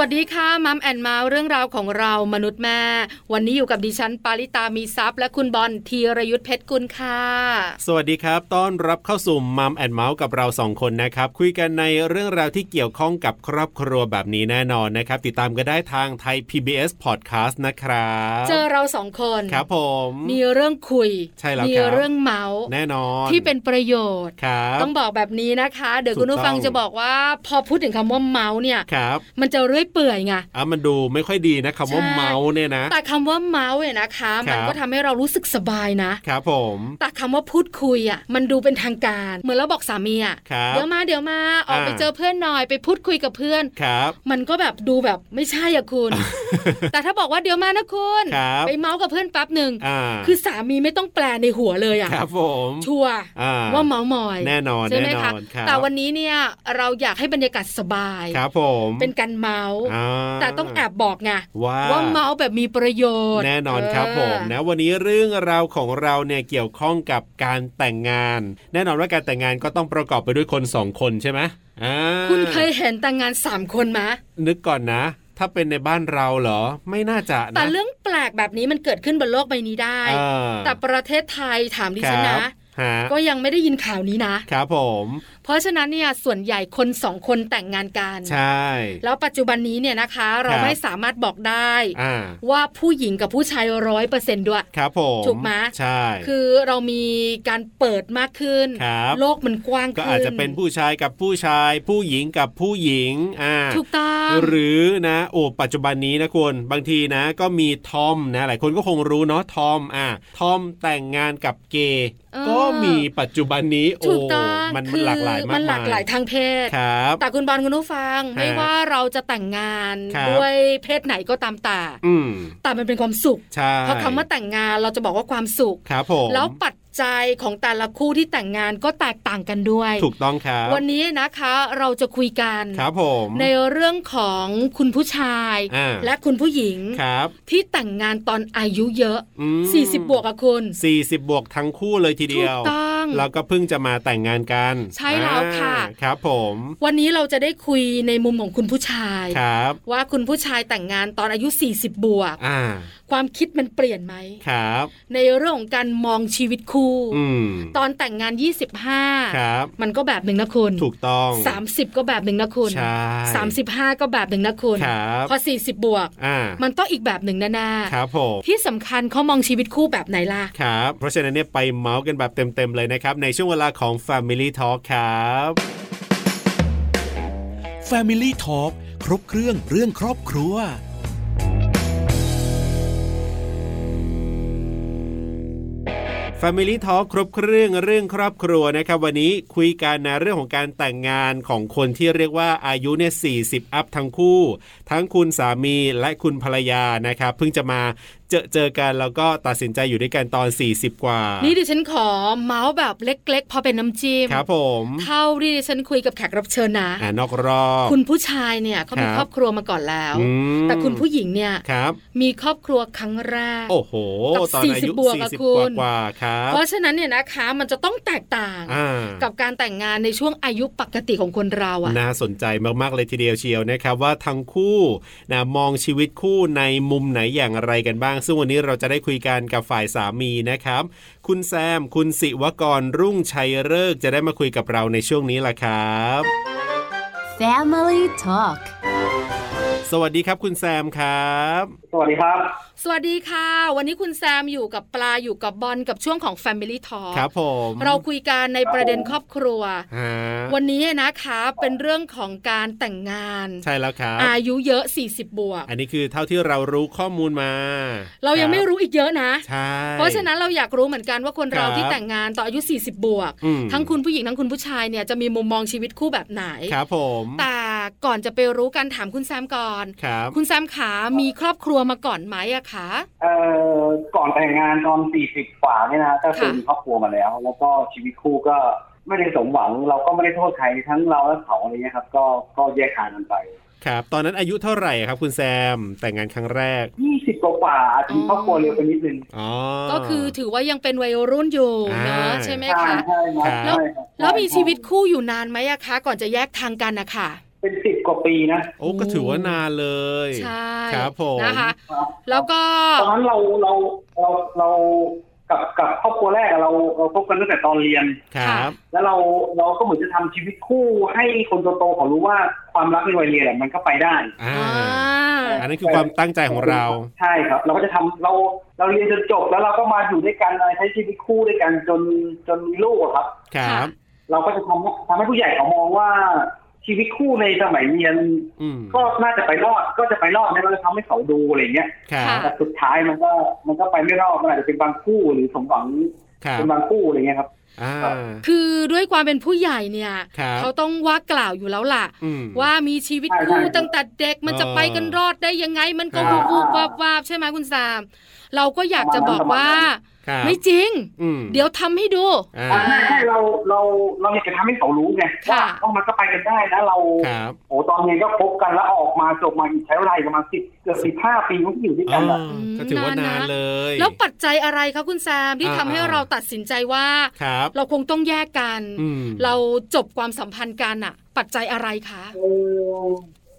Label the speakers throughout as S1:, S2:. S1: สวัสดีค่ะมัมแอนเมาส์เรื่องราวของเรามนุษย์แม่ วันนี้อยู่กับดิฉันปาริตามีซัพย์ และคุณบอลธีรยุทธเพชรกุลค่ะ
S2: สวัสดีครับ ต้อนรับเข้าสู่มัมแอนเมาส์กับเราสองคนนะครับ คุยกันในเรื่องราวที่เกี่ยวข้องกับครอบครัวแบบนี้แน่นอนนะครับ ติดตามกันได้ทางไทย PBS Podcast นะครับ
S1: เจอเราสองคน
S2: ครับผม
S1: มีเรื่องคุย
S2: ใช่แล้ว
S1: มี
S2: ครับ
S1: เรื่องเมาส์
S2: แน่นอน
S1: ที่เป็นประโยชน์
S2: ครับ
S1: ต้องบอกแบบนี้นะคะ เดี๋ยว
S2: ถูก
S1: คุณผู้ฟัง
S2: ต้อง
S1: จะบอกว่า พอพูดถึงคำว่าเมาส์เนี่ย
S2: ครับ
S1: มันจะเรื่อยเปื่อยไง
S2: อ่ะมันดูไม่ค่อยดีนะคำว่า
S1: ใช่
S2: เมาส์เนี่ยนะ
S1: แต่คำว่าเมาส์เนี่ยนะคะ มัน
S2: ครับ
S1: ก็ทำให้เรารู้สึกสบายนะ
S2: ครับผม
S1: แต่คำว่าพูดคุยอ่ะมันดูเป็นทางการ เหมือนเราบอกสามีอ่ะ
S2: ครับ
S1: เดี๋ยวมาเดี๋ยวมาออกไป
S2: อ่า
S1: เจอเพื่อนหน่อยไปพูดคุยกับเพื่อน
S2: ครับ
S1: มันก็แบบดูแบบไม่ใช่อ่ะคุณ แต่ถ้าบอกว่าเดี๋ยวมานะคุณ
S2: ครับ
S1: ไปเมาส์กับเพื่อนแป๊บหนึ่ง
S2: อ่า
S1: คือสามีไม่ต้องแปลในหัวเลยอ่ะ
S2: ครับผม
S1: ชัวร์
S2: อ่า
S1: ว่าเมาส์มอย
S2: แน่นอน
S1: ใช่ไหม
S2: แน่น
S1: คะ
S2: อนครับ
S1: แต่วันนี้เนี่ยเราอยากให้บรรยากาศสบาย
S2: ครับผม
S1: เป็นการเมาส์
S2: อ่า
S1: แต่ต้องแอบบอกไง
S2: ว่า
S1: ว่าเมาส์แบบมีประโยชน์
S2: แน่นอนครับ
S1: เ
S2: ผมนะวันนี้เรื่องราวของเราเนี่ยเกี่ยวข้องกับการแต่งงาน แน่นอนว่าการแต่งงานก็ต้องประกอบไปด้วยคนสองคนใช่ไหมอ่า
S1: คุณเคยเห็นแต่งงานสามคนไหมย
S2: นึกก่อนนะ ถ้าเป็นในบ้านเราเหรอ ไม่น่าจะนะ
S1: แต่เรื่องแปลกแบบนี้มันเกิดขึ้นบนโลกใบนี้ได้
S2: อ่า
S1: แต่ประเทศไทยถามดิฉัน
S2: ค
S1: นะ
S2: รับฮะ
S1: ก็ยังไม่ได้ยินข่าวนี้นะ
S2: ครับผม
S1: เพราะฉะนั้นเนี่ยส่วนใหญ่คนสองคนแต่งงานกัน
S2: ใช่
S1: แล้วปัจจุบันนี้เนี่ยนะคะ เรา
S2: ครับ
S1: ไม่สามารถบอกได้
S2: อ่า
S1: ว่าผู้หญิงกับผู้ชายร้อยเปอร์เซนด้วย
S2: ครับผม
S1: ถูกไหม
S2: ใช่
S1: คือเรามีการเปิดมากขึ้น
S2: ครับ
S1: โลกมันกว้าง
S2: ก็
S1: ขึ้น
S2: อาจจะเป็นผู้ชายกับผู้ชาย ผู้หญิงกับผู้หญิงอ่า
S1: ถูกต้อง
S2: หรือนะโอ้ปัจจุบันนี้นะคุณบางทีนะก็มีทอมนะหลายคนก็คงรู้เนาะทอมอ่ะทอมแต่งงานกับเกย์
S1: เออ
S2: ก็มีปัจจุบันนี้โอ้
S1: ถูกต้อง
S2: มันมั
S1: คื
S2: น
S1: อ
S2: หลากหลายมาก
S1: มันหลากหลาย
S2: ม
S1: ทางเพศ
S2: ครับ
S1: แต่คุณบอลคุณผู้ฟัง ไม่ว่าเราจะแต่งงาน
S2: ครับ
S1: ด้วยเพศไหนก็ตามแต่
S2: อืม
S1: แต่มันเป็นความสุข
S2: ใช่
S1: เพราะคำว่าแต่งงานเราจะบอกว่าความสุข
S2: ครับผม
S1: แล้วปัจจัยของแต่ละคู่ที่แต่งงานก็แตกต่างกันด้วย
S2: ถูกต้องครับ
S1: วันนี้นะคะเราจะคุยกัน
S2: ครับผม
S1: ในเรื่องของคุณผู้ชาย
S2: อ่า
S1: และคุณผู้หญิง
S2: ครับ
S1: ที่แต่งงานตอนอายุเยอะ
S2: อืม
S1: 40 บวกอะคุณ
S2: สี่สิบบวกทั้งคู่เลยทีเดียว
S1: ถูกต้อง
S2: แล้วก็เพิ่งจะมาแต่งงานกัน
S1: ใช่แล้วค่ะ
S2: อ่าครับผม
S1: วันนี้เราจะได้คุยในมุมของคุณผู้ชาย
S2: ครับ
S1: ว่าคุณผู้ชายแต่งงานตอนอายุ 40 บวก
S2: อ่า
S1: ความคิดมันเปลี่ยนไหม
S2: ครับ
S1: ในเรื่องของการมองชีวิตคู่
S2: อืม
S1: ตอนแต่งงาน 25
S2: ครับ
S1: มันก็แบบหนึ่งนะคุณ
S2: ถูกต้อง
S1: สามสิบก็แบบหนึ่งนะคุณ
S2: ใช่
S1: สามสิบห้าก็แบบหนึ่งนะคุณ
S2: ครับ
S1: พอสี่สิบบวก
S2: อ่า
S1: มันต้องอีกแบบหนึ่งแน่
S2: ครับผม
S1: ๆที่สำคัญเขามองชีวิตคู่แบบไหนล่ะ
S2: ครับ เพราะฉะนั้นเนี่ยไปเมาส์กันแบบเต็ม ๆ เลยนะครับ ในช่วงเวลาของ Family Talk ครับ
S3: Family Talk ครบเครื่องเรื่องครอบครัว
S2: Family Talk ครบเครื่องเรื่องครอบครัวนะครับ วันนี้คุยกันนะเรื่องของการแต่งงานของคนที่เรียกว่าอายุเนี่ย40 อัพทั้งคู่ ทั้งคุณสามีและคุณภรรยานะครับ เพิ่งจะมาเจอเจอกันแล้วก็ตัดสินใจอยู่ด้วยกันตอน 40 กว่า
S1: นี่ดิฉันขอเมาส์แบบเล็กๆ พอเป็นน้ำจิ้ม
S2: ครับผม
S1: เท่าที่ดิฉันคุยกับแขกรับเชิญนะ
S2: อ่านอกรอบ
S1: คุณผู้ชายเนี่ยเขามี
S2: ครับ
S1: ครอบครัวมาก่อนแล้ว
S2: อืม
S1: แต่คุณผู้หญิงเนี่ย
S2: ครับ
S1: มีครอบครัวครั้งแรก
S2: โอ้โห
S1: กับ
S2: ตอนอายุ
S1: 40บวกอะ
S2: 40
S1: คุ
S2: ก
S1: ณ
S2: ว่ากว่าครับ
S1: เพราะฉะนั้นเนี่ยนะคะมันจะต้องแตกต่าง
S2: อ่า
S1: กับการแต่งงานในช่วงอายุปกติของคนเราอะ
S2: น่าสนใจมาก ๆ เลยทีเดียวเชียวนะครับ ว่าทั้งคู่นะมองชีวิตคู่ในมุมไหนอย่างไรกันบ้าง ซึ่งวันนี้เราจะได้คุยกันกับฝ่ายสามีนะครับ คุณแซม คุณสิวกรรุ่งชัยเริกษ์จะได้มาคุยกับเราในช่วงนี้ล่ะครับ
S4: Family Talk
S2: สวัสดีครับคุณแซมครับ
S5: สวัสดีครับ
S1: สวัสดีค่ะ วันนี้คุณแซมอยู่กับปลาอยู่กับบอลกับช่วงของ Family Talk
S2: ครับผม
S1: เราคุยกันในประเด็นครอบครัว
S2: ฮะ
S1: วันนี้นะคะเป็นเรื่องของการแต่งงาน
S2: ใช่แล้วครับ
S1: อายุเยอะ 40 บวก
S2: อันนี้คือเท่าที่เรารู้ข้อมูลมา
S1: เรายังไม่
S2: คบ
S1: รู้อีกเยอะนะ
S2: ใช่
S1: เพราะฉะนั้นเราอยากรู้เหมือนกันว่าคนเรา
S2: ครับ
S1: ที่แต่งงานต่ออายุ 40 บวก
S2: อืม
S1: ทั้งคุณผู้หญิงทั้งคุณผู้ชายเนี่ยจะมีมุมมองชีวิตคู่แบบไหน
S2: ครับผม
S1: แต่ก่อนจะไปรู้กันถามคุณแซมก่อน
S2: ครับ
S1: คุณแซมขามีครอบครัวมาก่อนไหมอะคะ
S5: เอ่อก่อนแต่งงานตอน 40กว่าเนี่ยนะก็คือ
S1: ค่ะ
S5: มีครอบครัวมาแล้ว แล้วก็ชีวิตคู่ก็ไม่ได้สมหวัง เราก็ไม่ได้โทษใครทั้งเราและเขาอะไรเงี้ยครับ ก็ก็แยกทางกันไป
S2: ครับ ตอนนั้นอายุเท่าไหร่ครับคุณแซมแต่งงานครั้งแรก
S5: ยี่สิบกว่าๆอาจจะมีครอบครัวเร็วไปนิดนึง
S2: อ๋อ
S1: ก็คือถือว่ายังเป็นวัยรุ่นอยู่
S2: อ่า
S1: เนาะใช่ไหม
S5: ใช่
S1: คะ
S5: ใช่ครับ
S2: แล้ว
S5: ใช่ครับ
S1: แล้วมีชีวิตคู่อยู่นานไหมอะคะ ก่อนจะแยกทางกันนะคะ
S5: เป็นสิบกว่าปีนะ
S2: โอ้ก็ถือว่านานเลย
S1: ใช่
S2: ครับผม
S1: นะคะ
S5: ครับ
S1: แล้วก็
S5: ตอนนั้นเราเราเราเรากับกับครอบครัวแรกอะเราเราพบกันตั้งแต่ตอนเรียน
S2: ครับ
S5: แล้วเราเราก็เหมือนจะทำชีวิตคู่ให้คนโตๆเขารู้ว่าความรักในวัยเรียนอะมันก็ไปได้
S2: อ่า
S1: อ่า
S2: อันนั้นคือความตั้งใจของเรา
S5: ใช่ครับ เราก็จะทำเราเราเรียนจนจบแล้วเราก็มาอยู่ด้วยกันอะไรใช้ชีวิตคู่ด้วยกันจนจนมีลูกอะครับ
S2: ครับ
S5: เราก็จะทำทำให้ผู้ใหญ่เขามองว่าชีวิตคู่ในสมัยเรียน
S2: อืม
S5: ก็น่าจะไปรอดก็จะไปรอดนะเราจะทำให้เขาดูอะไรเงี้ย
S2: ครับ
S5: แต่สุดท้ายมันก็มันก็ไปไม่รอดมันอาจจะเป็นบางคู่หรือสมหวัง
S2: ครับ
S5: เป็นบางคู่อะไรเงี้ยครับ
S2: อ่า
S1: คือด้วยความเป็นผู้ใหญ่เนี่ย
S2: ครับ
S1: เขาต้องว่ากล่าวอยู่แล้วล่ะ
S2: อืม
S1: ว่ามีชีวิต
S5: ใช่
S1: คู่
S5: ใช่
S1: ตั้งแต่เด็กมันจะ
S2: เออ
S1: ไปกันรอดได้ยังไง มันก็
S2: ค
S1: วู
S2: รับ
S1: บวูบวาบวาบใช่ไหมคุณสาม เราก็อยากจะบอกว่า
S2: ครับ
S1: ไม่จริง
S2: อืม
S1: เดี๋ยวทำให้ดู
S2: อ่า
S5: อ่าใช่ใช่เราเราเราอยากจะทำให้เขารู้ไงว่า
S1: ค่ะ
S5: ว่ามันก็ไปกันได้นะเรา
S2: ครับ
S5: โอ้ตอนเรียนก็คบกันแล้วออกมาจบมาอีกใช้เวลาอีกประมาณสิบเกือบสิบห้าปีที่อยู่ด้วย
S2: อ๋
S5: กั
S2: อน
S5: อะ
S2: ก็ถือว่านานเลย
S1: แล้วปัจจัยอะไรคะคุณแซมที่
S2: อ่า
S1: ทำให้
S2: อ่า
S1: เราตัดสินใจว่า
S2: ครับ
S1: เราคงต้องแยกกัน
S2: อืม
S1: เราจบความสัมพันธ์กันอะปัจจัยอะไรคะ
S5: เออ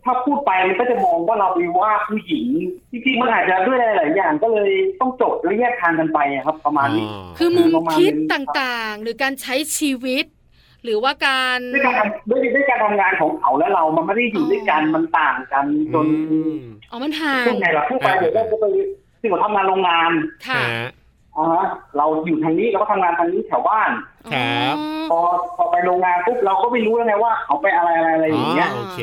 S5: ถ้าพูดไปมันก็จะมองว่าเราไปว่าผู้หญิงจริงๆมันอาจจะด้วยหลายๆอย่างก็เลยต้องจบและแยกทางกันไปอะครับ ประมาณนี้
S2: อ๋อ
S1: คือมุม
S5: ประมาณ
S1: คิด
S5: นี้
S1: ต
S5: ครับ
S1: ่างๆ หรือการใช้ชีวิต หรือว่าการ
S5: ด้วยการทำด้วยด้วยการทำงานของเขาและเรามันไม่ได้อยู่ด้วยกันมันต่างกันจน
S2: อืม
S1: อ๋อมันห่าง
S5: ช่วงไหนเราพูดไปเดี๋ยวก็จะไปซึ่งเราทำงานโรงงาน
S1: ค่ะ
S2: ฮะ
S5: อ่าฮะเราอยู่ทางนี้เราก็ทำงานทางนี้แถวบ้าน
S2: ครับ
S1: อ๋อ
S5: พอพอไปโรงงานปุ๊บเราก็ไม่รู้แล้วไงว่าเขาไปอะไรอะไรอะไรอย่างเงี้ย
S2: อ๋อโอเค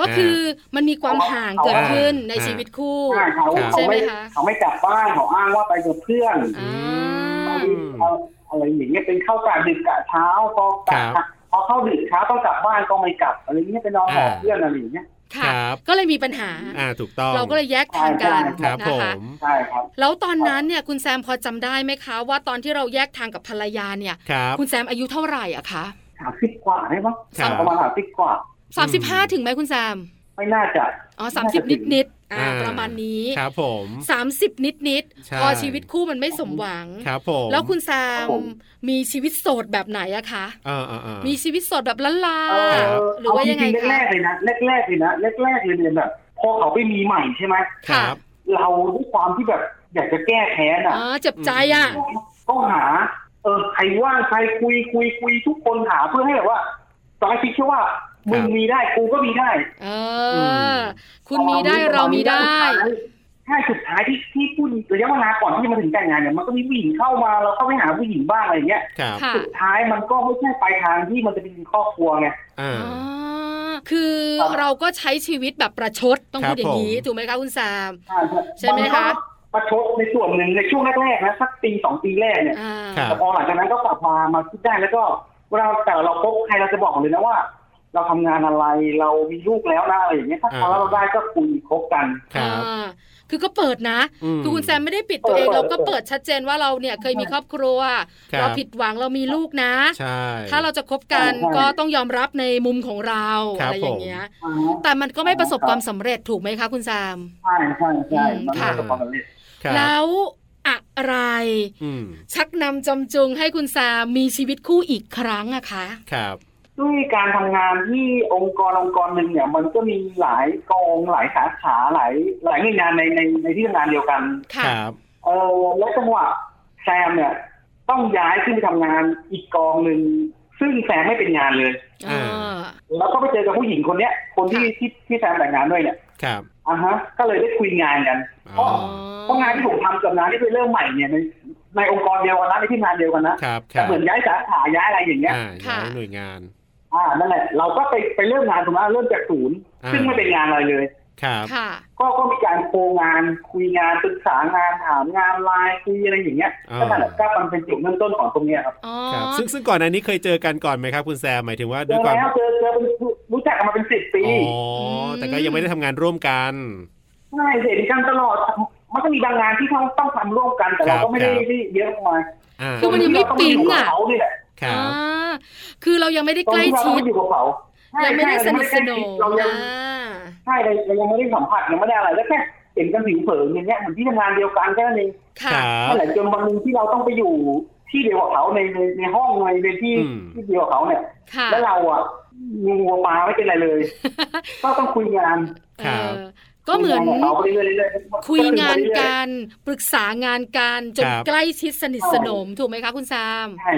S1: ก็คือมันมีความห่างเกิดขึ้นใน
S2: อ่า
S1: ชีวิตคู่
S5: ใช่เขา
S2: ครับ
S5: เขาไม่
S1: ใช่ไหมคะ
S5: เขาไม่กลับบ้านเขาอ้างว่าไปกับเพื่อน
S1: อ่า
S2: ม
S5: เอาอะไรอย่างเงี้ยเป็นเข้ากะดึกกะเช้าพอกะ
S2: ครับ
S5: พอเข้าดึกเช้าต้องกลับบ้านก็ไม่กลับอะไรเงี้ยไปนอนหอ
S2: อ่า
S5: เพื่อนอะไรอย่างเงี้ย
S1: ค่ะ
S2: ครับ
S1: ก็เลยมีปัญหา
S2: อ่าถูกต้อง
S1: เราก็เลยแยกทางกัน
S2: ค
S5: ใช่
S2: รับ
S1: นะ
S2: ผ
S1: คะ
S2: ม
S5: ใช่ครับ
S1: แล้วตอนนั้นเนี่ยคุณแซมพอจำได้ไหมคะ ว่าตอนที่เราแยกทางกับภรรยาเนี่ย
S2: ครับ
S1: คุณแซมอายุเท่าไหร่อะคะ
S5: สามสิบกว่าได้ปะ
S2: ครับ
S5: ประมาณสามสิบกว่า
S1: สามสิบห้าถึงไหมคุณแซม
S5: ไม่น่าจะ
S1: อ๋อสามสิบนิดนิดๆอ่า
S2: อ่า
S1: ประมาณนี้
S2: ครับผม
S1: สามสิบนิดนิดๆ
S2: ใช่
S1: พอชีวิตคู่มันไม่สมหวัง
S2: ครับผม
S1: แล้วคุณแซ
S5: ครั
S1: ม
S5: บผม
S1: มีชีวิตโสดแบบไหนอะคะ
S2: อ่าอ่าอ่า
S1: มีชีวิตโสดแบบล้านลา
S5: เออ
S1: หรือว่ายังไง
S5: เจๆ
S1: คะ
S5: แรกๆเลยนะแรกๆเลยนะแรกๆเลยเนี่ยแบบพอเขาไปมีใหม่ใช่ไหม
S2: ครับ
S5: เราด้วยความที่แบบอยากจะแก้แค้นอ่ะ
S1: อ๋อเจ็บใจอะ
S5: ก็หา เออใครว่างใครคุยคุยคุยทุกคนหาเพื่อให้แบบว่าตอนแรกคิดแค่ว่ามึงมีได้กูก็มีได้
S1: เอ
S2: อื
S1: ออ
S2: ม
S1: คุณมีได้เรามีได้
S5: ใช่สุดท้ายที่ที่ผู้หญิงระยะเวลาก่อนที่จะมาถึงแต่งงานเนี่ยมันก็มีผู้หญิงเข้ามาเราเข้าไปหาผู้หญิงบ้างอะไรเงี้ย
S2: ครับ
S1: ค่ะ
S5: สุดท้ายมันก็ไม่ใช่ปลายทางที่มันจะเป็นครอบครัวไง
S2: อ่า
S1: อ๋อคือเราก็ใช้ชีวิตแบบประชดต้อง
S2: ครับ
S1: พูดอย่างนี้
S2: ผม
S1: ถูกไหมคะคุณแซม
S5: ใช่
S1: ใช่ไหมคะ
S5: นก็ประชดในส่วนหนึ่งในช่วงแรกๆนะสักปีสองปีแรกเนี่ย
S1: อ่า
S2: ครับ
S5: แต่พอหลังจากนั้นก็กลับมามาคิดได้แล้วก็เวลาแต่เราพบใครเราจะบอกหมดเลยนะว่า เราทำงานอะไรเรามีลูกแล้วนะอะไรอย่างเงี้ยถ้าพอ
S2: อ่า
S5: เราได้ก็คุยคบกัน
S2: ครับ
S1: อ่า คือก็เปิดนะ
S2: อืม
S1: คือคุณแซมไม่ได้ปิดตัวเอง
S5: เปิด
S1: เราก็เปิดชัดเจนว่าเราเนี่ยเคยมีครอบครัว
S2: ครับ
S1: เราผิดหวังเรามีลูกนะ
S2: ใช่
S1: ถ้าเราจะคบกัน
S5: ใช่
S1: ก็ต้องยอมรับในมุมของเรา
S2: ครั
S1: อะ
S2: บ
S1: ไรอย่างเงี้ย
S5: อ่า
S1: แต่มันก็ไม่ประสบความสำเร็จถูกไหมคะคุณแซม
S5: ใช่ใช่ใช่
S1: อืม
S5: มัน
S2: ค่ะ
S5: ประสบความสำเร็จ
S2: ครับ
S1: แล้วอะไร
S2: อืม
S1: ชักนำจำจุงให้คุณแซมมีชีวิตคู่อีกครั้งอะคะ
S2: ครับ
S5: ด้วยการทำงานที่องค์กรองค์กรหนึ่งเนี่ย มันก็มีหลายกองหลายสาขาหลายหลายหน่วยงานในในในที่ทำงานเดียวกัน
S2: ค
S1: ค่ะ
S2: รับ
S5: เออและจังหวะแซมเนี่ย ต้องย้ายขึ้นไปทำงานอีกกองหนึ่งซึ่งแซมไม่เป็นงานเลย
S1: เออ
S5: แล้วก็ไปเจอกับผู้หญิงคนเนี้ย คนที่
S1: ค่ะ
S5: ที่ที่แซมแต่งงานด้วยเนี่ย
S2: ครับ
S5: อ่าฮะ ก็เลยได้คุยงานกัน
S2: อ๋อ
S1: อ๋อ
S5: เพราะงานที่ผมทำกับงานที่ไปเริ่มใหม่เนี่ยในในองค์กรเดียวกันนะในที่งานเดียวกันนะครับ
S2: ค
S5: แต่
S2: รับ
S5: เหมือนย้ายสาขาย้ายอะไรอย่างเงี้ย
S2: อ่าย้ายหน่วยงาน
S5: อ่า นั่นแหละ เราก็ไปไปเริ่มงานตรงนั้นเริ่มจากศูนย์
S2: อ่า
S5: ซึ่งไม่เป็นงานอะไรเลย
S2: ครับ
S1: ค่ะ
S5: ก็ก็มีการโครงานคุยงานปรึกษางานถามงานไลน์คุยอะไรอย่างเงี้ยก็นั่นแหละก็มันเป็นจุดเริ่มต้นของตรงเนี้ยครับ
S1: อ๋อ
S2: ครับ ซึ่งซึ่งก่อนอันนี้เคยเจอกันก่อนไหมครับคุณแซมหมายถึงว่า
S5: เจ
S2: ด้วย
S5: อ
S2: ความ
S5: แล้วเจอเจอเป็นรู้จักกันมาเป็นสิบปี
S2: อ๋อ แต่ก็ยังไม่ได้ทำงานร่วมกัน
S5: ใช่เห็นกันตลอด มันก็มีบางงานที่เขาต้องทำร่วมกันแต่เรา
S2: ครับ
S5: ก็ไม่ได้
S2: ครับ
S5: ได้เยอะมาก
S2: อ่า
S1: คือมันยังไม่ปิ๊งอะ
S5: เราก็อยู่กับเขาเนี่ยแหละ
S2: ครับ
S1: อ่าคือเรายังไม่ได้
S5: ตร
S1: ใก
S5: ง
S1: ล้
S5: ที่เรา
S1: ชิด
S5: ต้องอยู่กับเขา ใช่
S1: ยังไม่ได้ส
S5: ใช่
S1: นิทสนม
S5: เรายั
S1: อ่าง
S5: ใช่เราเรายังไม่ได้สัมผัสยังไม่ได้อะไรแล้วแค่เห็นกันผิวเผินอย่างเงี้ยเหมือนที่ทำงานเดียวกันแค่นั้นเอง
S2: ค
S1: ค่ะ
S2: รับ
S5: นั่นแหละจนวันหนึ่งที่เราต้องไปอยู่ที่เดียวกับเขาในในในห้องในในที่
S2: อืม
S5: ที่เดียวกับเขาเนี่ย
S1: ค่ะ
S5: แล้วเราอ่ะงูวัวปลาไม่เป็นไรเลย ก็ต้องคุยงาน
S1: เอ
S2: ครับ
S1: อก็เหมือน
S5: คุยงานกับเขาไปเรื่อยๆเรื่อยๆ
S1: คุยงาน
S5: เรื่อย
S1: กันปรึกษางานกันจน
S2: ครับ
S1: ใกล้ชิดสนิทสนมถูกไหมคะคุณแซม
S5: ๆใช่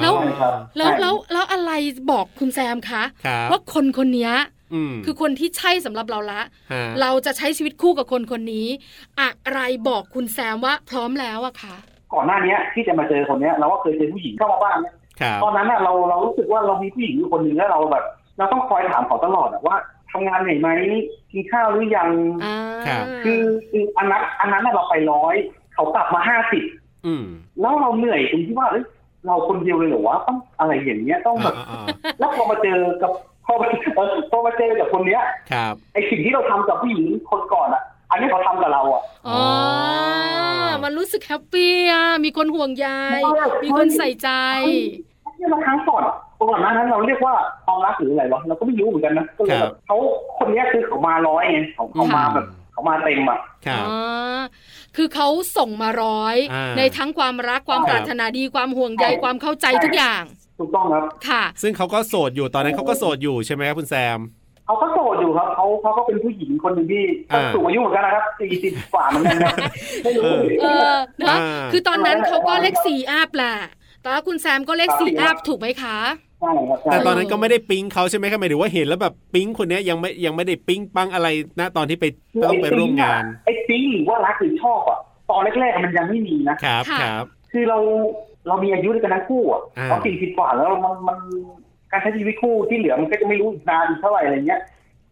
S1: แล้ว
S2: อ๋อ
S5: ครับ
S1: แล้ว
S5: ใช่
S1: แล้วแล้วอะไรบอกคุณแซมคะ
S2: ครับ
S1: ว่าคนคนเนี้ย
S2: ม
S1: คือคนที่ใช่สำหรับเราละ
S2: ฮะ
S1: เราจะใช้ชีวิตคู่กับคนคนนี้ อะไรบอกคุณแซมว่าพร้อมแล้วอะคะ
S5: ก่อนหน้าเนี้ยที่จะมาเจอคนเนี้ยเราก็เคยเจอผู้หญิงเข้ามาบ้านเนี่ย
S2: ครับ
S5: ตอนนั้นน่ะเราเรารู้สึกว่าเรามีผู้หญิงอยู่คนหนึ่งแล้วเราแบบ เราต้องคอยถามเขาตลอดอะว่าทำงานเหนื่อยไหมกินข้าวหรือยัง
S1: อ่า
S5: คือคืออันนั้นอันนั้นน่ะเราไปร้อยเขากลับมาห้าสิบ
S2: อืม
S5: แล้วเราเหนื่อยตรงที่ว่าเอ้ยเราคนเดียวเลยเหรอวะต้องอะไรอย่างเงี้ยต้องแบบ
S2: อ่าอ่า
S5: แล้วพอมาเจอกับพอมาเออพอมาเจอกับคนเนี้ย
S2: ครับ
S5: ไอสิ่งที่เราทำกับผู้หญิงคนก่อนอ่ะ อันนี้เขาทำกับเราอ่ะ
S1: อ๋อ มันรู้สึกแฮปปี้อะมีคนห่วงใย
S5: เออ
S1: มีคนใส่ใจ
S5: นี่มาครั้งก่อนอะก่อนหน้านั้นเราเรียกว่าความรักหรืออะไรวะเราก็ไม่รู้เหมือนกันนะก็เล
S2: ค
S5: ยแบ
S2: รับบ
S5: เขาคนเนี้ยคือเขามาร้อยไงเขาเขามา
S2: อืม
S5: แบบเขามาเต็มอ่ะ
S2: ครับ
S1: อ๋อ คือเขาส่งมาร้อย
S2: อ่า
S1: ในทั้งความรัก ความปรารถนาดี ความห่วงใย ความเข้าใจทุกอย่าง
S5: ถูกต้องครับ
S1: ค่ะ
S2: ซึ่งเขาก็โสดอยู่ตอนนั้นเขาก็โสดอยู่ใช่ไหมครับคุณแซม
S5: เขาก็โสดอยู่ครับเขาเขาก็เป็นผู้หญิงคนหนึ่งที่
S2: อ่า
S5: สูงอายุเหมือนกันนะครับสี่สิบกว่าเหมือนกันนะไม่รู้
S2: เออ
S1: เออเนอะ
S2: อ่า
S1: คือตอนนั้นเขาก็เลขสี่อาบแหละ แต่ว่าคุณแซมก็เลขสี่อาบถูกไหมคะ
S5: ใช่ครับใช่
S2: แต่ตอนนั้นก็ไม่ได้ปิ๊งเขาใช่ไหมครับหมายถึงว่าเห็นแล้วแบบปิ๊งคนเนี้ยยังไม่ยังไม่ได้ปิ๊งปังอะไรนะตอนที่ไปต้องไปร่วมงาน
S5: ไอ้ตีหรือว่ารักหรือชอบอ่ะตอนแรกๆมันยังไม่มีนะ
S2: ครับ
S1: ค่ะ
S2: ครับ
S5: คือเราเรามีอายุด้วยกันทั้งคู่อ่ะ
S2: อ่า
S5: เราสี่สิบกว่าแล้วมันมันการใช้ชีวิตคู่ที่เหลือมันก็จะไม่รู้อีกนานอีกเท่าไหร่อะไรเงี้ย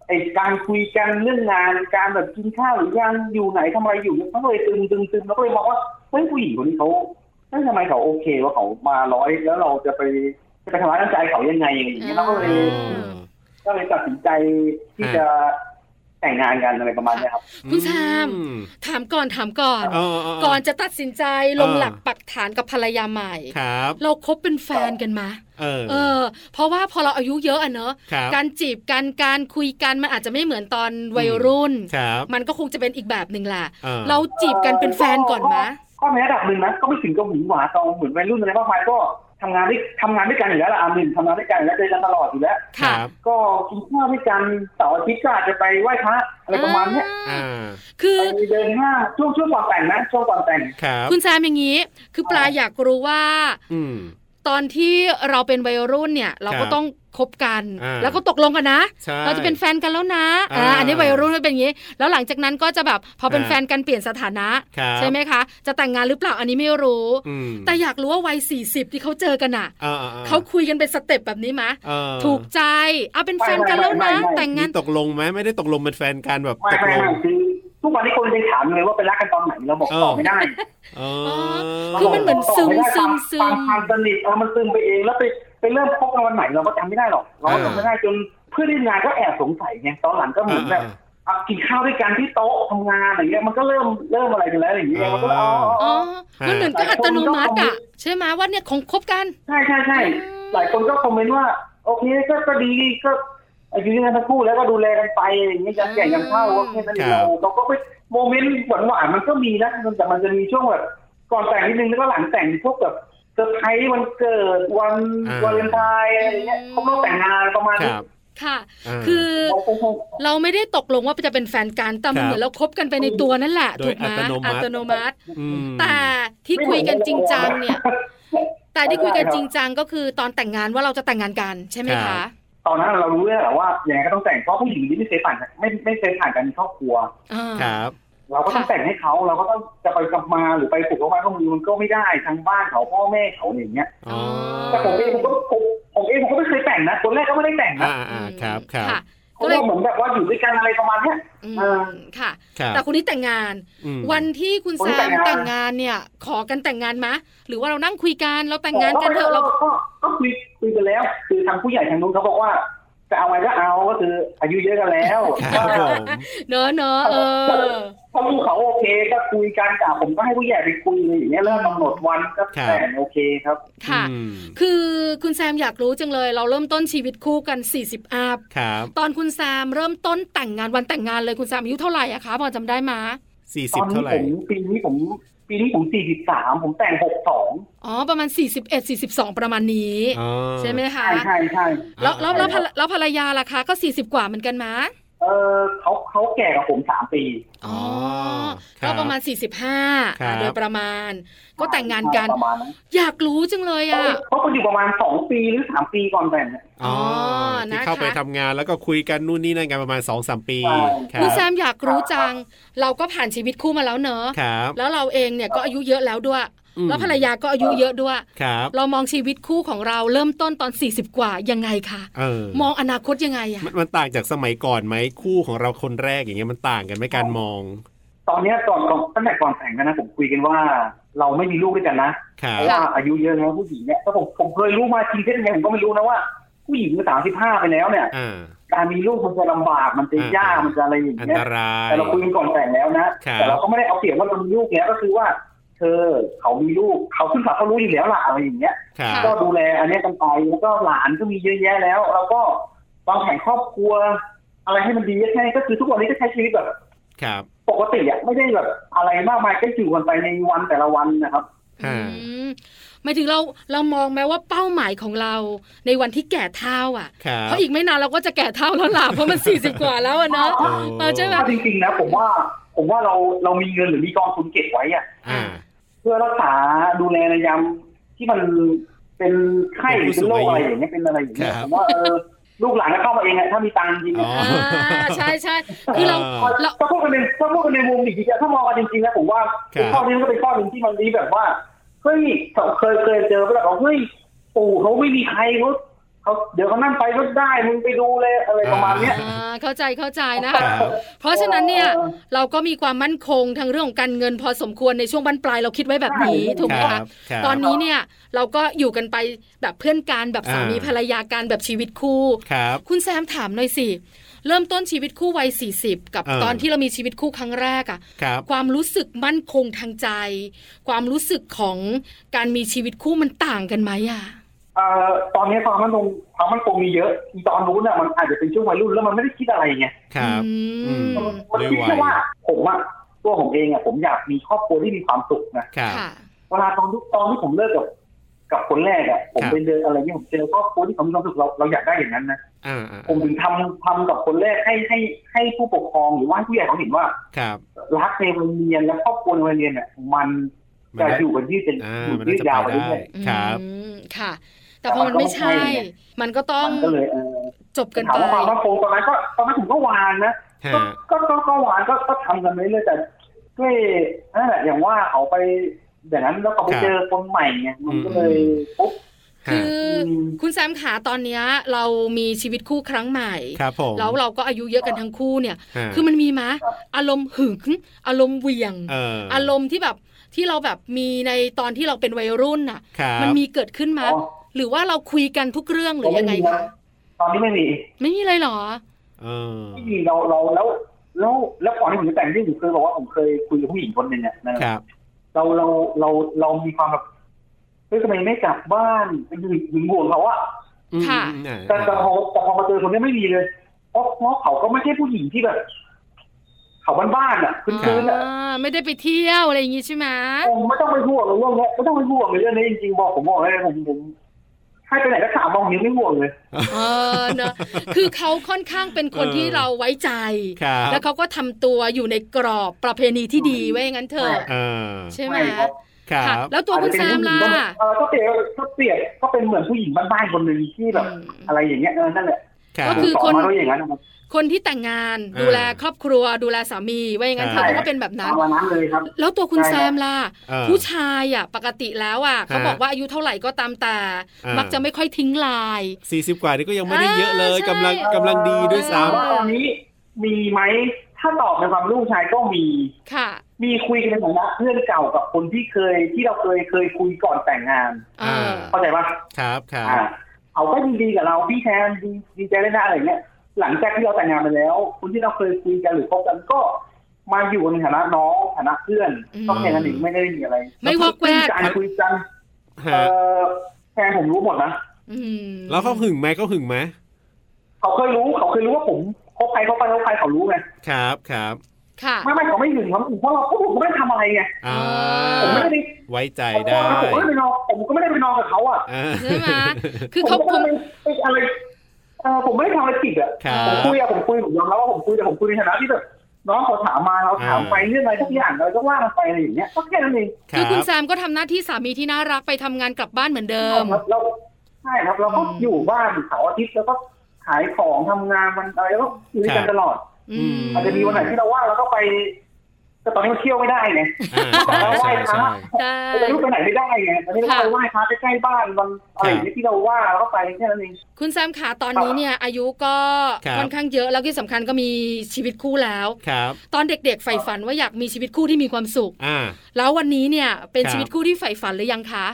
S5: ไอการคุยกันเรื่องงานการแบบกินข้าวหรือยังอยู่ไหนทำอะไรอยู่เนี่ยมันก็เลยตึมตึมตึมแล้วก็เลยมองว่าเฮ้ยผู้หญิงคนนี้เขาเฮ้ยทำไมเขาโอเคว่าเขามาร้อยแล้วเราจะไปจะไปทำร้ายร่างกายเขายังไงอะไรอย่างเงี้ยเราก็เล
S1: อื
S5: ย
S1: ม
S5: ก็เลยตัดสินใจที่จะแต่งงานกันอะไรประมาณเนี้ยครับ
S1: คุณแซม
S2: อื
S1: ถามก่อน ถามก่อน
S2: เอเ
S1: ก่อนจะตัดสินใจลง
S2: เออ
S1: หลักปักฐานกับภรรยาใหม่
S2: ครับ
S1: เราคบเป็นแฟนกันมา
S2: เออ
S1: เออ เพราะว่าพอเราอายุเยอะอะเนอะ
S2: ครับ
S1: การจีบกัน การคุยกันมันอาจจะไม่เหมือนตอนวัยรุ่น
S2: ครับ
S1: มันก็คงจะเป็นอีกแบบหนึ่งแหละ
S2: ออ
S1: เราจีบกันเป็นแฟนก่อนมะ
S5: ก็ในระดับหนึ่งนะก็ไม่ถึงกับหวือหวาตอนเหมือนวัยรุ่นอะไรมากมายก็ทำงานด้วยทำงานด้วยกันอยู่แล้วละอามินทำงานด้วยกันอยู่แล้วเจอกันตลอดอยู่แล้ว
S1: ค่ะ
S2: ครับ
S5: ก็กินข้าวด้วยกันเสาร์อาทิตย์ก็อาจจะไปไหว้พระอะไรประมาณเนี้ย
S1: อ่า
S2: อ่า
S1: คือ
S5: ไปเดินห้างช่วงช่วงก่อนแต่งนะช่วงก่อนแต่ง
S2: ครับ
S1: คุณแซมอย่างนี้ คือปลาอยากรู้ว่า
S2: อืม
S1: ตอนที่เราเป็นวัยรุ่นเนี่ย เรา
S2: ครั
S1: ก็
S2: บ
S1: ต้องคบกัน
S2: อ่า
S1: แล้วก็ตกลงกันนะ
S2: ใช่
S1: เราจะเป็นแฟนกันแล้วนะอ่า
S2: อ่า
S1: อันนี้วัยรุ่นมันเป็นอย่างนี้ แล้วหลังจากนั้นก็จะแบบพอเป็น
S2: อ่า
S1: แฟนกันเปลี่ยนสถานะ
S2: ครับ
S1: ใช่ไหมคะ จะแต่งงานหรือเปล่าอันนี้ไม่รู้
S2: อืม
S1: แต่อยากรู้ว่าวัย 40 ที่เขาเจอกันอ่ะ
S2: เออออออ
S1: เขาคุยกันเป็นสเต็ปแบบนี้มะ
S2: เออ
S1: ถูกใจ เอาเป็นแฟนกันแล้วนะ แต่ง
S2: มี
S1: งาน
S2: ตกลงไหมไม่ได้ตกลงเป็นแฟนกันแบบ
S5: ไม่
S2: ตก
S5: ไม่
S2: ลง
S5: ไม่คือทุกวันนี้คนยังถามเลยว่าไปรักกันตอนไหนเราบอก
S2: เออ
S5: ตอบไม่ได้
S2: เออ
S1: คือมันเหมือนซึมซึมซึม
S5: มความสนิทเออมันซึมไปเองแล้วไปไปเริ่มคบกันวันไหนเราก็จำไม่ได้หรอกเราก็จำไม่ได้จนเพื่อนร่วมงานก็แอบสงสัยไงตอนหลังก็เหมือนแบบ อ่ะกินข้าวด้วยกันที่โต๊ะทำงานอะไรเงี้ยมันก็เริ่มเริ่มอะไรกันแล้วอย่างเงี้ยมันก็อ๋ออ๋ออ๋
S1: อ๋
S5: อ
S1: อ
S2: ฮะ
S1: มันเหมือนก็อัตโนมัติอ่ะ ใช่ไหมว่าเนี่ยของคบกัน
S5: ใช่ใช่ใช่หลายคนก็คอมเมนต์ว่าโอเคก็ก็ดีก็อายุกันทั้งคู่แล้วก็ดูแลกันไปอะไรอย่างเงี้ยยังแก่ยังเฒ่าก็แค่นั้นเองเราเราก็ไปโมเมนต์หวานๆมันก็มีนะมันแต่มันจะมีช่วงแบบก่อนแต่งนิดนึงแล้วก็หลังแต่งพวกแบบเซอร์ไพรส์วันเกิดวัน
S2: อ่า
S5: วันเลนไทน์อะไรเงี้ยครบรอบแต่งงานประมาณ
S2: ค
S5: นี้
S2: รับ
S1: ค่ะ
S2: า
S1: คือ
S5: เราก็คง
S1: เราไม่ได้ตกลงว่าจะเป็นแฟนกัน แต่มัน
S2: ครับ
S1: เหมือนเราคบกันไปในตัวนั่นแหละ
S2: โดย
S1: ถูกไหม
S2: อัตโนมัติ
S1: อัตโนมัติ
S2: อืม
S1: แต่ที่คุยกันจริงจังเนี่ย แต่ที่คุยกันจริงจังก็คือตอนแต่งงานว่าเราจะแต่งงานกันใช่ไหม
S2: ครั
S1: คะ
S2: บ
S5: ตอนนั้นเรารู้แล้วแหละว่ายังไงก็ต้องแต่งเพราะผู้หญิงนี่ไม่เคยผ่านไม่ไม่เคยผ่านการมีครอบครัว
S1: อ่า
S2: ครับ
S5: เราก็ต้อง
S1: ค่ะ
S5: แต่งให้เขาเราก็ต้องจะไปกลับมาหรือไปปลูกเขาไว้ข้อมือมันก็ไม่ได้ทั้งบ้านเขาพ่อแม่เขาอะไรอย่างเงี้ย
S2: อ๋อ
S5: แต่ผมเองผมก็ผมผมเองผมก็ไม่เคยแต่งนะคนแรกก็ไม่ได้แต่งนะ
S2: อ่าอ่าครับครับ
S1: ค่ะ
S5: เพ
S1: ก็
S5: ราะ
S1: เลย
S5: ว่าเหมือนแบบว่าอยู่ด้วยกันอะไรประมาณเนี้ย
S1: อื
S5: เออ
S1: มค่ะ
S2: ครับ
S1: แต่คนนี้แต่งงาน
S2: อืม
S1: วันที่คุณ
S5: คน
S1: แซ
S5: นี้แต่
S1: มแต่
S5: งงาน
S1: งงานเนี่ย ขอกันแต่งงานมะ หรือว่าเรานั่งคุยกันเราแต่งงานกันเถอะเรา
S5: ก็ก็คุยคุยกันแล้ว คือทางผู้ใหญ่ทางนู้นเขาบอกว่า จะเอาไงก็เอาก็คือ อายุเยอะกันแล้ว
S2: ครับผม
S1: เนอะเนอะเออ
S5: ถ้าลูกเขาโอเคก็คุยกันอ่ะผมก็ให้ผู้ใหญ่ไปคุยอย่างเงี้ยเริ่มกำหนดวันก็
S2: ครับ
S5: แต่งโอเคครับ
S1: ค่ะ
S2: อืม
S1: คือคุณแซมอยากรู้จังเลย เราเริ่มต้นชีวิตคู่กัน 40อัพ
S2: ครับ
S1: ตอนคุณแซมเริ่มต้นแต่งงานวันแต่งงานเลยคุณแซมอายุเท่าไหร่อะคะพอจำได้มา
S2: สี่
S5: ต
S2: สิ
S5: อบ น
S2: เท่า
S5: นี้
S2: ไห
S5: ผ
S2: ร่
S5: มปีนี้ผมปีนี้ผมสี่สิบสามผมแต่งหกสอง
S1: อ๋อประมาณ 41 42 ประมาณนี้
S2: อ๋อ
S1: ใช่ไหมคะ
S5: ใช่ใช่ใช่
S1: แล้วแล้วแล้วภ
S2: ใช่ค
S1: ร
S2: รับ
S1: รแล้วภรรยาล่ะคะก็ 40 กว่าเหมือนกันมะ
S5: เออเขาเขาแก่กับผมสามปี
S1: อ๋อ
S2: ครั
S1: ก็
S2: บ
S1: ประมาณ 45
S2: ครั
S1: อ่ะ
S2: บ
S1: โดยประมาณ ก็แต่งงานกัน
S5: ประมาณนั้น
S1: อยากรู้จังเลยอะ
S5: เขาก็อยู่ประมาณสองปีหรือสามปีก่อนแต่ง
S2: อ๋อ
S1: นะคะ
S2: ที่เข้าไปทำงานแล้วก็คุยกันนู่นนี่นั่นกันประมาณ2อสามปีค
S5: ใช่
S2: รั
S1: คุณ
S2: บ
S1: แซมอยากรู้จัง เราก็ผ่านชีวิตคู่มาแล้วเนอะ
S2: ครับ
S1: แล้วเราเองเนี่ยก็อายุเยอะแล้วด้วย
S2: อืม
S1: แล้วภรรยาก็อายุเยอะด้วย
S2: ครับ
S1: เรามองชีวิตคู่ของเราเริ่มต้นตอน 40 กว่ายังไงคะ
S2: เออ
S1: มองอนาคตยังไงอะ
S2: มันมันต่างจากสมัยก่อนไหมคู่ของเราคนแรกอย่างเงี้ยมันต่างกันไหมการมอง
S5: ตอนเนี้ยก่อนก่อนตั้งแต่ก่อนแต่งกันนะผมคุยกันว่า เราไม่มีลูกด้วยกันนะ
S2: ครับ
S5: เพราะว่าอายุเยอะแล้วผู้หญิงเนี่ยถ้าผมผมเคยรู้มาจริงแค่ไหนผมก็ไม่รู้นะว่า ผู้หญิงสามสิบห้าไปแล้วเนี่ย
S2: อ่า
S5: การมีลูกมันจะลำบากมันจะยาก
S2: อ่ามั
S5: มันจะอะไรอย่าง
S2: อัน
S5: เงี้
S2: ต
S5: ย
S2: ราย
S5: แต่เราคุยกันก่อนแต่งแล้วนะ
S2: ครับ
S5: แต่เราก็ไม่ได้เอาเสียงว่าเรามีลูกแล้วก็คือว่า เธอเขามีลูกเขาซึ่งเขาก็รู้อยู่แล้วล่ะอะไรอย่างเงี้ย
S2: ครับ
S5: ก็ดูแลอันเนี้ยกันไปแล้วก็หลานก็มีเยอะแยะแล้ว เราก็วางแผนครอบครัว อะไรให้มันดีแค่ก็คือทุกวันนี้ก็ใช้ชีวิตแบบ
S2: ครับ
S5: ปกติอะไม่ได้แบบอะไรมากมายก็อยู่กันไปในวันแต่ละวันนะครับ
S2: อ่า
S1: อืมหมายถึงเราเรามองไหมว่าเป้าหมายของเราในวันที่แก่เท่าอ่ะ
S2: ครับ
S1: เพราะอีกไม่นานเราก็จะแก่เท่าแล้วล่ะ เพราะมัน 40 กว่าแล้วอะเนาะ
S2: โอ้
S1: เออใช่ไหม
S5: ถ้าจริงๆนะผมว่าผมว่าเราเรามีเงินหรือมีกองทุนเก็บไว้อะ
S2: อ่า
S5: เพื่อรักษาดูแลในยามที่มันเป็นไข้หรือเป็นโรคอะไรอย่างเงี้ยเป็นอะไรอย่างเงี้ย
S2: ครับ
S5: ผมว่าเออลูกหลานก็เข้ามาเองอะถ้ามีตังค์จริงๆ
S2: อ๋อ
S5: อะ
S2: อ่
S1: อ่าใช่ใช่คือเรา
S2: เออ
S1: เรา
S5: ถ้าพูดกันในถ้าพูดกันในมุมอีกทีอะถ้ามองกันจริงๆนะผมว่า
S2: ครับ
S5: ข้อนี้มันก็เป็นข้อหนึ่งที่มันดีแบบว่าเฮ้ยเคยเคยเจอปะล่ะบอกเฮ้ยปู่เขาไม่มีใครเขาเขาเดี๋ยวเขานั่นไปก็ได้มึงไปดูเลยอะไรประมาณเนี้ย
S1: อ่าเข้าใจเข้าใจนะ
S2: ค
S1: คะ
S2: รับ
S1: เพราะฉะนั้นเนี่ย
S5: เออ
S1: เราก็มีความมั่นคงทางเรื่องของการเงินพอสมควรในช่วงบั้นปลายเราคิดไว้แบบนี้
S5: ใช่
S1: ถูกไหม
S2: ครั
S1: คะ
S2: บครับ
S1: ตอนนี้เนี่ยเราก็อยู่กันไปแบบเพื่อนกันแบบสามี
S2: อ่า
S1: ภรรยากันแบบชีวิตคู่
S2: ครับ
S1: คุณแซมถามหน่อยสิ เริ่มต้นชีวิตคู่วัย 40 กับ
S2: เออ
S1: ตอนที่เรามีชีวิตคู่ครั้งแรกอะ
S2: ครับ
S1: ความรู้สึกมั่นคงทางใจ ความรู้สึกของการมีชีวิตคู่มันต่างกันไหมอะ
S5: เอ่อตอนนี้ความมั่นคงความมั่นคงมีเยอะอีตอนนู้นน่ะมันอาจจะเป็นช่วงวัยรุ่นแล้วมันไม่ได้คิดอะไรไง
S2: ครับ
S1: อื
S2: อื
S1: ม
S2: ม
S5: มันคิดแค่ว่าผมอะตัวผมเองอะผมอยากมีครอบครัวที่มีความสุขนะครับ
S1: ค่ะ
S5: เวลาตอนทุกตอนที่ผมเลิกกับกับคนแรกอะผม
S2: ครับ
S5: ไปเดินอะไรเงี้ยผมเจอครอบครัวที่เขามีความสุขเราเราอยากได้อย่างนั้นนะ
S2: อ่าอ่า
S5: ผมถึงทำทำกับคนแรกให้ให้ให้ผู้ปกครองหรือว่าให้ผู้ใหญ่เขาเห็นว่า
S2: ครับ
S5: รักในโรงเรียนและครอบครัวในโรงเรียนเนี่ยมัน
S2: มัน
S5: จะ
S2: น่า
S5: อยู่กันยืดเป็น
S2: อ่า
S5: อยู่
S2: มัน
S5: ยื
S2: น่า
S5: ด
S2: จะ
S5: ยาว
S2: ไป
S5: ไป
S2: ได้
S5: เรื่อย
S2: ครับ
S1: อืมค่ะ แต่พอมันไม่ใช่
S5: แต่มันก็ไม่ใช่ไง
S1: มันก็ต้อง
S5: มันก็เลยเออ
S1: จบกัน
S5: ถาม
S1: ไป
S5: ว่าความมั่นคงตอนนั้นก็ตอนนั้นผมก็วางนะ
S2: ฮะ
S5: ก็ก็ก็ก็วางก็ก็ทำกันไปเรื่อยแต่ด้วยนั่นแหละอย่างว่าเขาไปอย่างนั้นแล้วเขาไป
S2: ครับ
S5: เจอคนใหม่ไงมันก็
S2: อืม
S5: เลยปุ๊บ
S1: คื
S2: ฮะ
S1: ออ
S5: ม
S1: คุณแซมขาตอนเนี้ยเรามีชีวิตคู่ครั้งใหม่
S2: ครับผม
S1: แล้วเราก็อายุเยอะกันทั้งคู่เนี่ย
S2: ฮะ
S1: คือมันมีมะอารมณ์หึง อารมณ์เหวี่ยง
S2: เออ
S1: อา
S2: อาร
S1: มณ์ที่แบบที่เราแบบมีในตอนที่เราเป็นวัยรุ่นน่ะ
S2: ครับ
S1: มันมีเกิดขึ้นมะ
S5: อ๋อ
S1: หรือว่าเราคุยกันทุกเรื่องหรือยังไงคะ
S5: ตอนนี้ไม่มี
S1: ไม่มีเลยเหรอ
S2: เออ
S5: ไม่มีเราเราแล้วแล้วแล้วก่อนที่ผมจะแต่งที่ผมเคยบอกว่าผมเคยคุยกับผู้หญิงคนหนึ่งเนี่ยนะครับ เราเราเราเรามีความแบบเฮ้ยทำไมไม่กลับบ้านเป็นหึงห่วงเขาอะ
S2: อืม
S1: ค่ะ
S2: อ่า
S5: แต่แต่พอแต่พอมาเจอคนนี้ไม่มีเลยเพราะเพราะเขาก็ไม่ใช่ผู้หญิงที่แบบ เขาบ้านๆอะพื้นๆอะ
S1: อ่าไม่ได้ไปเที่ยวอะไรอย่างงี้ใช่ไหม
S5: ผมไม่ต้องไปห่วงเรื่องเนี้ยไม่ต้องไปห่วงในเรื่องนี้จริงๆบอกผมบอกเลยผมผมให้ไปไหนก็สามมองนิ้วไม่ห่วงเลย
S1: เออเนอะคือเขาค่อนข้างเป็นคนที่เราไว้ใจ
S2: ครับ
S1: แล้วเขาก็ทำตัวอยู่ในกรอบประเพณีที่ดีไว้อย่างนั้นเถอะ
S2: เออ
S1: ใช่ไหม
S5: ใช่ครับ
S2: ครั
S1: ค่ะ
S2: บ
S1: แล้วตัวคุณแซมล่ะ
S5: เออก็เปรียบก็เปรียบก็เป็นเหมือนผู้หญิงบ้านๆคนหนึ่งที่แบบ
S1: อืม
S5: อะไรอย่างเงี้ยเออนั่นแหละ
S2: รับ
S1: ก็คือ
S5: ผมสนมาแล้วอย่างนั้นนะครับ
S1: คนที่แต่งงาน
S2: เออ
S1: ดูแลครอบครัว ดูแลสามีไว้อย่างนั้นเถอะ
S2: ใช่
S1: เขาก็เป็นแบบนั้น
S5: ประมาณนั้นเลยครับ
S1: แล้วตัวคุณแซมล่ะ
S2: เออ
S1: ผู้ชายอ่ะปกติแล้วอ่ะเขา
S2: ฮะ
S1: บอกว่าอายุเท่าไหร่ก็ตามแต่
S2: เออ
S1: มักจะไม่ค่อยทิ้งลาย
S2: สี่สิบกว่านี่ก็ยังไม่ได้เยอะเลย
S1: อ่าใช่
S2: กำลังกำลังดีด้วยซ้
S5: ถามว่าตอนนี้มีไหมถ้าตอบในความรู้ชายก็มี
S1: ค่ะ
S5: มีคุยกันในฐานะเพื่อนเก่ากับคนที่เคยที่เราเคยเคยคุยก่อนแต่งงาน
S1: เออ
S5: เข้าใจปะ
S2: ำครับครับ
S5: อ่า เขาก็ยินดีกับเราพี่แทนดีดีใจได้นะอะไรเงี้ยหลังจากที่เราแต่งงานไปแล้ว คนที่เราเคยคุยกันหรือคบกันก็มาอยู่ในฐานะน้องฐานะเพื่อน
S1: อืม
S5: ก็แค่นั้นเองไม่ได้มีอะไร
S1: ไม่วอกแวก
S5: การคุยกันเอ
S2: ฮะ
S5: อแฟนผมรู้หมดนะ
S1: อืม
S2: แล้วเขาหึงไหมเขาหึงไหม
S5: เขาเคยรู้เขาเคยรู้ว่าผมคบใครคบไปคบใครเขารู้ไง
S2: ครับครับ
S1: ค่ะ
S5: ไม่ไม่เขาไม่หึงเขาไม่หึงเพราะเราผมก็ไม่ได้ทำอะไรไง
S2: อ่า
S1: เออ
S5: ผมไม่ได้ไป
S2: ไว้ใจ
S5: ผม
S2: ได้
S5: ก็ไม่ได้ไปนอนผมก็ไม่ได้ไปนอนกับเขาอ่ะ
S2: อ่า
S1: ใช่ไหมคือเขา
S5: ผม
S1: คุ
S5: ก็
S1: ม
S5: ไม่ได้อะไรเออผมไม่ได้ทำอะไรผิดอ่ะ
S2: ครับ
S5: ผมคุยอะผมคุยผมยอมรับว่าผมคุยแต่ผมคุยในฐานะที่แบบน้องเขาถามมาเราถามไปเรื่องอะไรทุกอย่างเราก็ว่ากันไปอะไรอย่างเงี้ยก็แค่นั้นเอง
S1: คือคุณแซมก็ทำหน้าที่สามีที่น่ารักไปทำงานกลับบ้านเหมือนเดิม
S5: ครับเราใช่ครับเราก็
S1: อืม
S5: อยู่บ้านเสาร์อาทิตย์แล้วก็ขายของทำงานมันอะไรแล้วก็อยู่ด้วยกันตลอด
S1: อืม
S5: อาจจะมีวันไหนที่เราว่างเราก็ไปแต่ตอนนี้มันเที่ยวไม่ได้ไง
S2: อ่าใช่ใช่ใช่
S1: ใช่
S5: เราไม่รู้ไปไหนไม่ได้ไงตอนนี้เราก็ไปไหว้พระใกล้ๆบ้านวันอะไรอย่างเงี้ยที่เราว่าเราก็ไปแค่นั้นเอง
S1: คุณแซมขาตอนนี้เนี่ย อายุก็ค่อนข้างเยอะแล้วที่สำคัญก็มีชีวิตคู่แล้ว
S2: ครับ
S1: ตอนเด็กๆใฝ่ฝันว่าอยากมีชีวิตคู่ที่มีความสุข
S2: อ่า
S1: แล้ววันนี้เนี่ยเป็น
S2: ครับ
S1: ชีวิตคู่ที่ใฝ่ฝันหรือยังคะ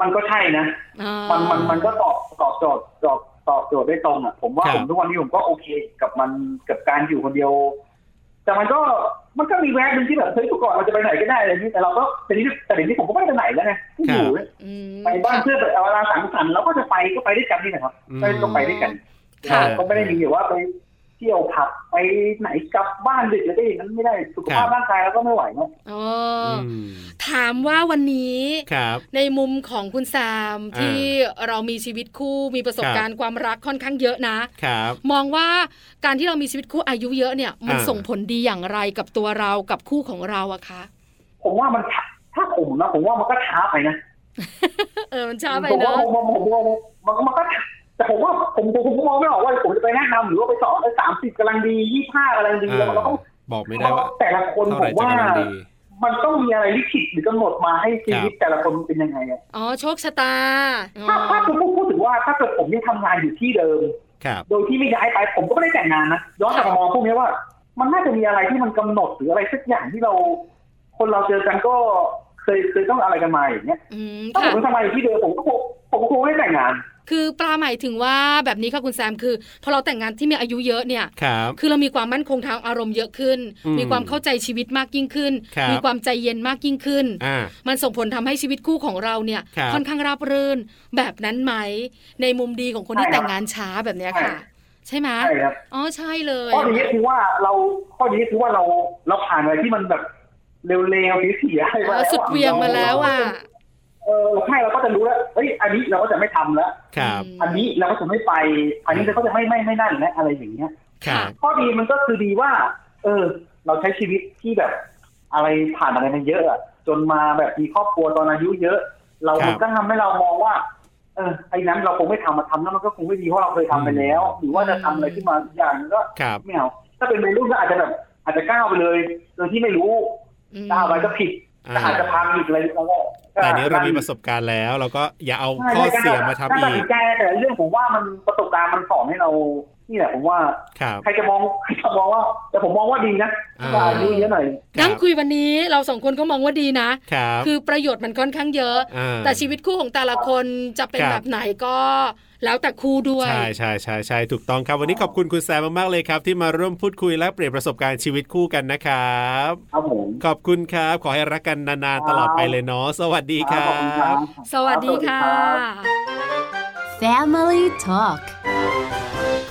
S5: มันก็ใช่นะ
S1: อ่า
S5: มันมันมันก็ตอบตอบโจทย์ตอบตอบโจทย์ได้ตรงอ่ะ ผมว่า
S2: ครับ
S5: ผมทุกวันนี้ผมก็โอเคกับมันกับการอยู่คนเดียว แต่มันก็มันก็มีแวบหนึงที่แบบเฮ้ยแต่ก่อนเราจะไปไหนก็ได้อะไรนี่แต่เราก็แต่นี้แต่เดี๋ยวนี้ผมก็ไม่ได้ไปไหนแล้วไงที่อยู่เนี่ย
S1: อืม
S5: ไปบ้านเพื่อนไปเอาเวลาสังสรรค์เราก็จะไปก็ไปด้วยกันนี่แหละครับ
S2: อืม
S5: ไปก็ไปด้วยกัน
S2: ค่ะ
S5: ก็ไม่ได้มีแบบว่าไปเที่ยวผับไปไหนกลับบ้านดึกอะไรอย่างนั้นไม่ได้สุขภาพร่างกายเราก็ไม่ไหวเนาะ
S1: อ๋อ
S2: อื
S1: อ
S2: ม
S1: ถามว่าวันนี้
S2: ครับ
S1: ในมุมของคุณแซม
S2: อ่า
S1: ที่เรามีชีวิตคู่มีประสบ
S2: ครับ
S1: การณ์ความรักค่อนข้างเยอะนะ
S2: ครับ
S1: มองว่าการที่เรามีชีวิตคู่อายุเยอะเนี่ย มัน
S2: อ่า
S1: ส่งผลดีอย่างไรกับตัวเรากับคู่ของเราอะคะ
S5: ผมว่ามันช้าถ้าผมนะผมว่ามันก็ช้าไปนะ
S1: เออมันช้าไป
S5: ผม
S1: เน
S5: ว่า
S1: อะ
S5: ผมว่าผมว่ามันก็มันก็แต่ผมว่าผมผมผมมองไม่ออกว่าผมจะไปแนะนำหรือว่าไปสอนสามสิบกำลังดียี่ห้ากำลังดี
S2: อ่า
S5: เราต้อง
S2: บอกไม่ได้ว่า
S5: แต่ละคน
S2: เท่า
S5: ผ
S2: ไหร่
S5: ม
S2: จะ
S5: ว่าก
S2: ำลังดี
S5: มันต้องมีอะไรลิขิตหรือกำหนดมาให้ชีวิตแต่ละคนเป็นยังไงอะ
S1: อ๋อโชคชะตาอ๋อ
S5: ถ้าถ้าคุณพูดถึงว่าถ้าเกิดผมยังทำงานอยู่ที่เดิม
S2: ครับ
S5: โดยที่ไม่ย้ายไปผมก็ไม่ได้แต่งงานนะย้อนกลับมามองพวกนี้ว่า มันน่าจะมีอะไรที่มันกำหนดหรืออะไรสักอย่างที่เรา คนเราเจอกันก็เคยเคยต้องอะไรกันมาอย่างเงี้ย
S1: อืม
S5: ถ้าผ
S1: ค่ะ
S5: มยังทำงานอยู่ที่เดิมผมก็คงผมก็คงไม่ได้แต่งงาน
S1: คือปลาหมายถึงว่าแบบนี้ค่ะคุณแซมคือพอเราแต่งงานที่มีอายุเยอะเนี่ย
S2: ครับ
S1: คือเรามีความมั่นคงทางอารมณ์เยอะขึ้น
S2: อืม
S1: มีความเข้าใจชีวิตมากยิ่งขึ้น
S2: ครับ
S1: มีความใจเย็นมากยิ่งขึ้น
S2: อ่า
S1: มันส่งผลทำให้ชีวิตคู่ของเราเนี่ย
S2: ครับ
S1: ค่อนข้างราบรื่น แบบนั้นไหม ในมุมดีของคนที่แต่งงานช้าแบบเนี้ยค่ะ ใช่ไหม
S5: ใช่ครับ
S1: อ๋อใช่เลย
S5: ข้อดีก็คือว่าเราข้อดีก็คือว่าเราเราผ่านอะไรที่มันแบบเร็วๆเสียๆอะไร
S1: เออ
S5: มาแล้ว
S1: สุดเหวียงมาแล้วอ่ะ
S5: เออใช่เราก็จะรู้แล้วเอ้ยอันนี้เราก็จะไม่ทำแล้ว
S2: ครับ
S5: อันนี้เราก็จะไม่ไป อันนี้เราก็จะไม่ไม่ไม่นั่นและอะไรอย่างเงี้ย
S2: ครับ
S5: ข้อดีมันก็คือดีว่า เออ เราใช้ชีวิตที่แบบ อะไรผ่านอะไรมาเยอะอะจนมาแบบมีครอบครัวตอนอายุเยอะ เรา
S2: ครับ
S5: ก็ทำให้เรามองว่า เออไอ้นั้นเราคงไม่ทำมาทำแล้วมันก็คงไม่ดีเพราะเราเคยทำไปแล้ว หรือว่าจะทำอะไรที่มาอย่างก็
S2: ครับ
S5: ไม่เอาถ้าเป็นวัยรุ่นก็อาจจะแบบอาจจะก้าวไปเลยโดยที่ไม่รู้
S1: อืม
S5: ก้าวไปก็ผิด
S2: อ่า
S5: ก็อาจจะพังอีกอะไรก็ว่า
S2: แต่อันนี้เรามีประสบการณ์แล้ว เราก็อย่าเอา
S5: ใช่
S2: ข้อเสียมาทำ
S5: การตัด
S2: อี
S5: สิ
S2: ก
S5: นใจแต่เรื่องผมว่ามันประสบการณ์มันสอนให้เรา นี่แหละผมว่า
S2: ครับ
S5: ใครจะมองใครจะมองว่า แต่ผมมองว่าดีนะ
S2: อ่า
S5: ว่าอายุเยอะหน่อย
S1: นั่งคุยวันนี้เราสองคนก็มองว่าดีนะ
S2: ครับ
S1: คือประโยชน์มันค่อนข้างเยอะ
S2: อ่า
S1: แต่ชีวิตคู่ของแต่ละคนจะเป็น
S2: ครับ
S1: แบบไหนก็แล้วแต่คู่ด้วย
S2: ใช่ใช่ใช่ใช่ถูกต้องครับ วันนี้ขอบคุณคุณแซมมากๆเลยครับ ที่มาร่วมพูดคุยและเปลี่ยนประสบการณ์ชีวิตคู่กันนะครับ
S5: ครับผม
S2: ขอบคุณครับ ขอให้รักกันนานๆตลอดไปเลยเนาะสวัสดีครั
S5: ขอบคุณครับ บ
S1: สวัสดีค่ะ
S5: สวัสดีครับ
S4: Family Talk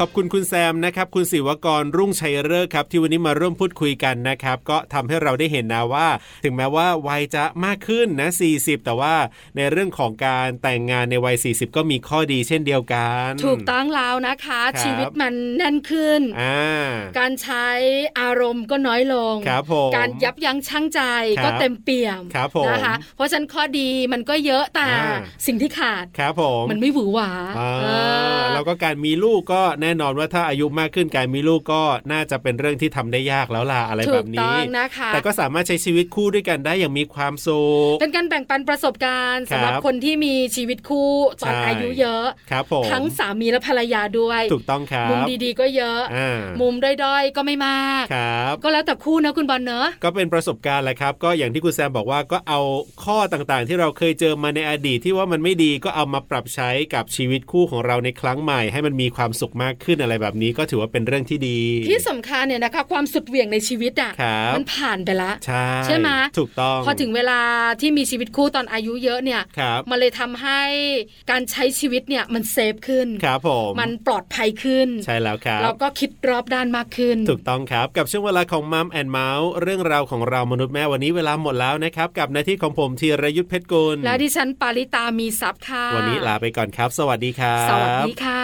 S2: ขอบคุณคุณแซมนะครับ คุณศิวกรรุ่งชัยเลิกษ์ครับ ที่วันนี้มาร่วมพูดคุยกันนะครับ ก็ทำให้เราได้เห็นนะว่า ถึงแม้ว่าวัยจะมากขึ้นนะ 40 แต่ว่าในเรื่องของการแต่งงานในวัย 40 ก็มีข้อดีเช่นเดียวกัน
S1: ถูกต้องแล้วนะคะ
S2: ครับ
S1: ชีวิตมันแน่นขึ้น
S2: อ่า
S1: การใช้อารมณ์ก็น้อยลง
S2: ครับผม
S1: การยับยั้งชั่งใจ
S2: ครับ
S1: ก็เต็มเปี่ยม
S2: ครับผม
S1: นะคะ เพราะฉะนั้นข้อดีมันก็เยอะแต่
S2: อ่า
S1: สิ่งที่ขาด
S2: ครับผม
S1: มันไม่หวือหวา
S2: อ่า
S1: เออ
S2: เรา แล้วก็การมีลูกก็แน่นอนว่าถ้าอายุมากขึ้นการมีลูกก็น่าจะเป็นเรื่องที่ทำได้ยากแล้วล่ะอะไร
S1: ถู
S2: แบ
S1: ก
S2: บ
S1: ต้
S2: นี้
S1: องนะคะ
S2: แต่ก็สามารถใช้ชีวิตคู่ด้วยกันได้อย่างมีความสุข
S1: เป็นการแบ่งปันประสบการณ์
S2: ค
S1: สำ
S2: รับ
S1: หรับคนที่มีชีวิตคู่ตอน
S2: ใช่
S1: อายุเยอะ
S2: ครับผม
S1: ทั้งสามีและภรรยาด้วย
S2: ถูกต้องครับ
S1: มุมดีๆก็เยอะ
S2: อ่า
S1: มุมด้อยๆก็ไม่มาก
S2: ครับ
S1: ก็แล้วแต่คู่นะคุณบอลเนอะ
S2: ก็เป็นประสบการณ์แหละครับ ก็อย่างที่คุณแซมบอกว่าก็เอาข้อต่างๆ ที่เราเคยเจอมาในอดีตที่ว่ามันไม่ดีก็เอามาปรับใช้กับชีวิตคู่ของเราในครั้งใหม่ ให้มันมีความสุขมากขึ้นอะไรแบบนี้ ก็ถือว่าเป็นเรื่องที่ดี
S1: ที่สำคัญเนี่ยนะคะความสุดเหวี่ยงในชีวิตอ่ะ
S2: ครับ
S1: มันผ่านไปละ
S2: ใช่
S1: ใช่ไหม
S2: ถูกต้อง
S1: พอถึงเวลาที่มีชีวิตคู่ตอนอายุเยอะเนี่ย
S2: ครับ
S1: มันเลยทำให้การใช้ชีวิตเนี่ยมันเซฟขึ้น
S2: ครับผม
S1: มันปลอดภัยขึ้น
S2: ใช่แล้วครับ
S1: แล้วก็คิดรอบด้านมากขึ้น
S2: ถูกต้องครับ กับช่วงเวลาของมัมแอนเมาส์เรื่องราวของเรามนุษย์แม่วันนี้เวลาหมดแล้วนะครับ กับหน้าที่ของผมธีรยุทธเพชรกุล
S1: และดิฉันปาริตามีซับค่ะ
S2: วันนี้ลาไปก่อนครับ สวัสดีครับ
S1: สวัสดีค่ะ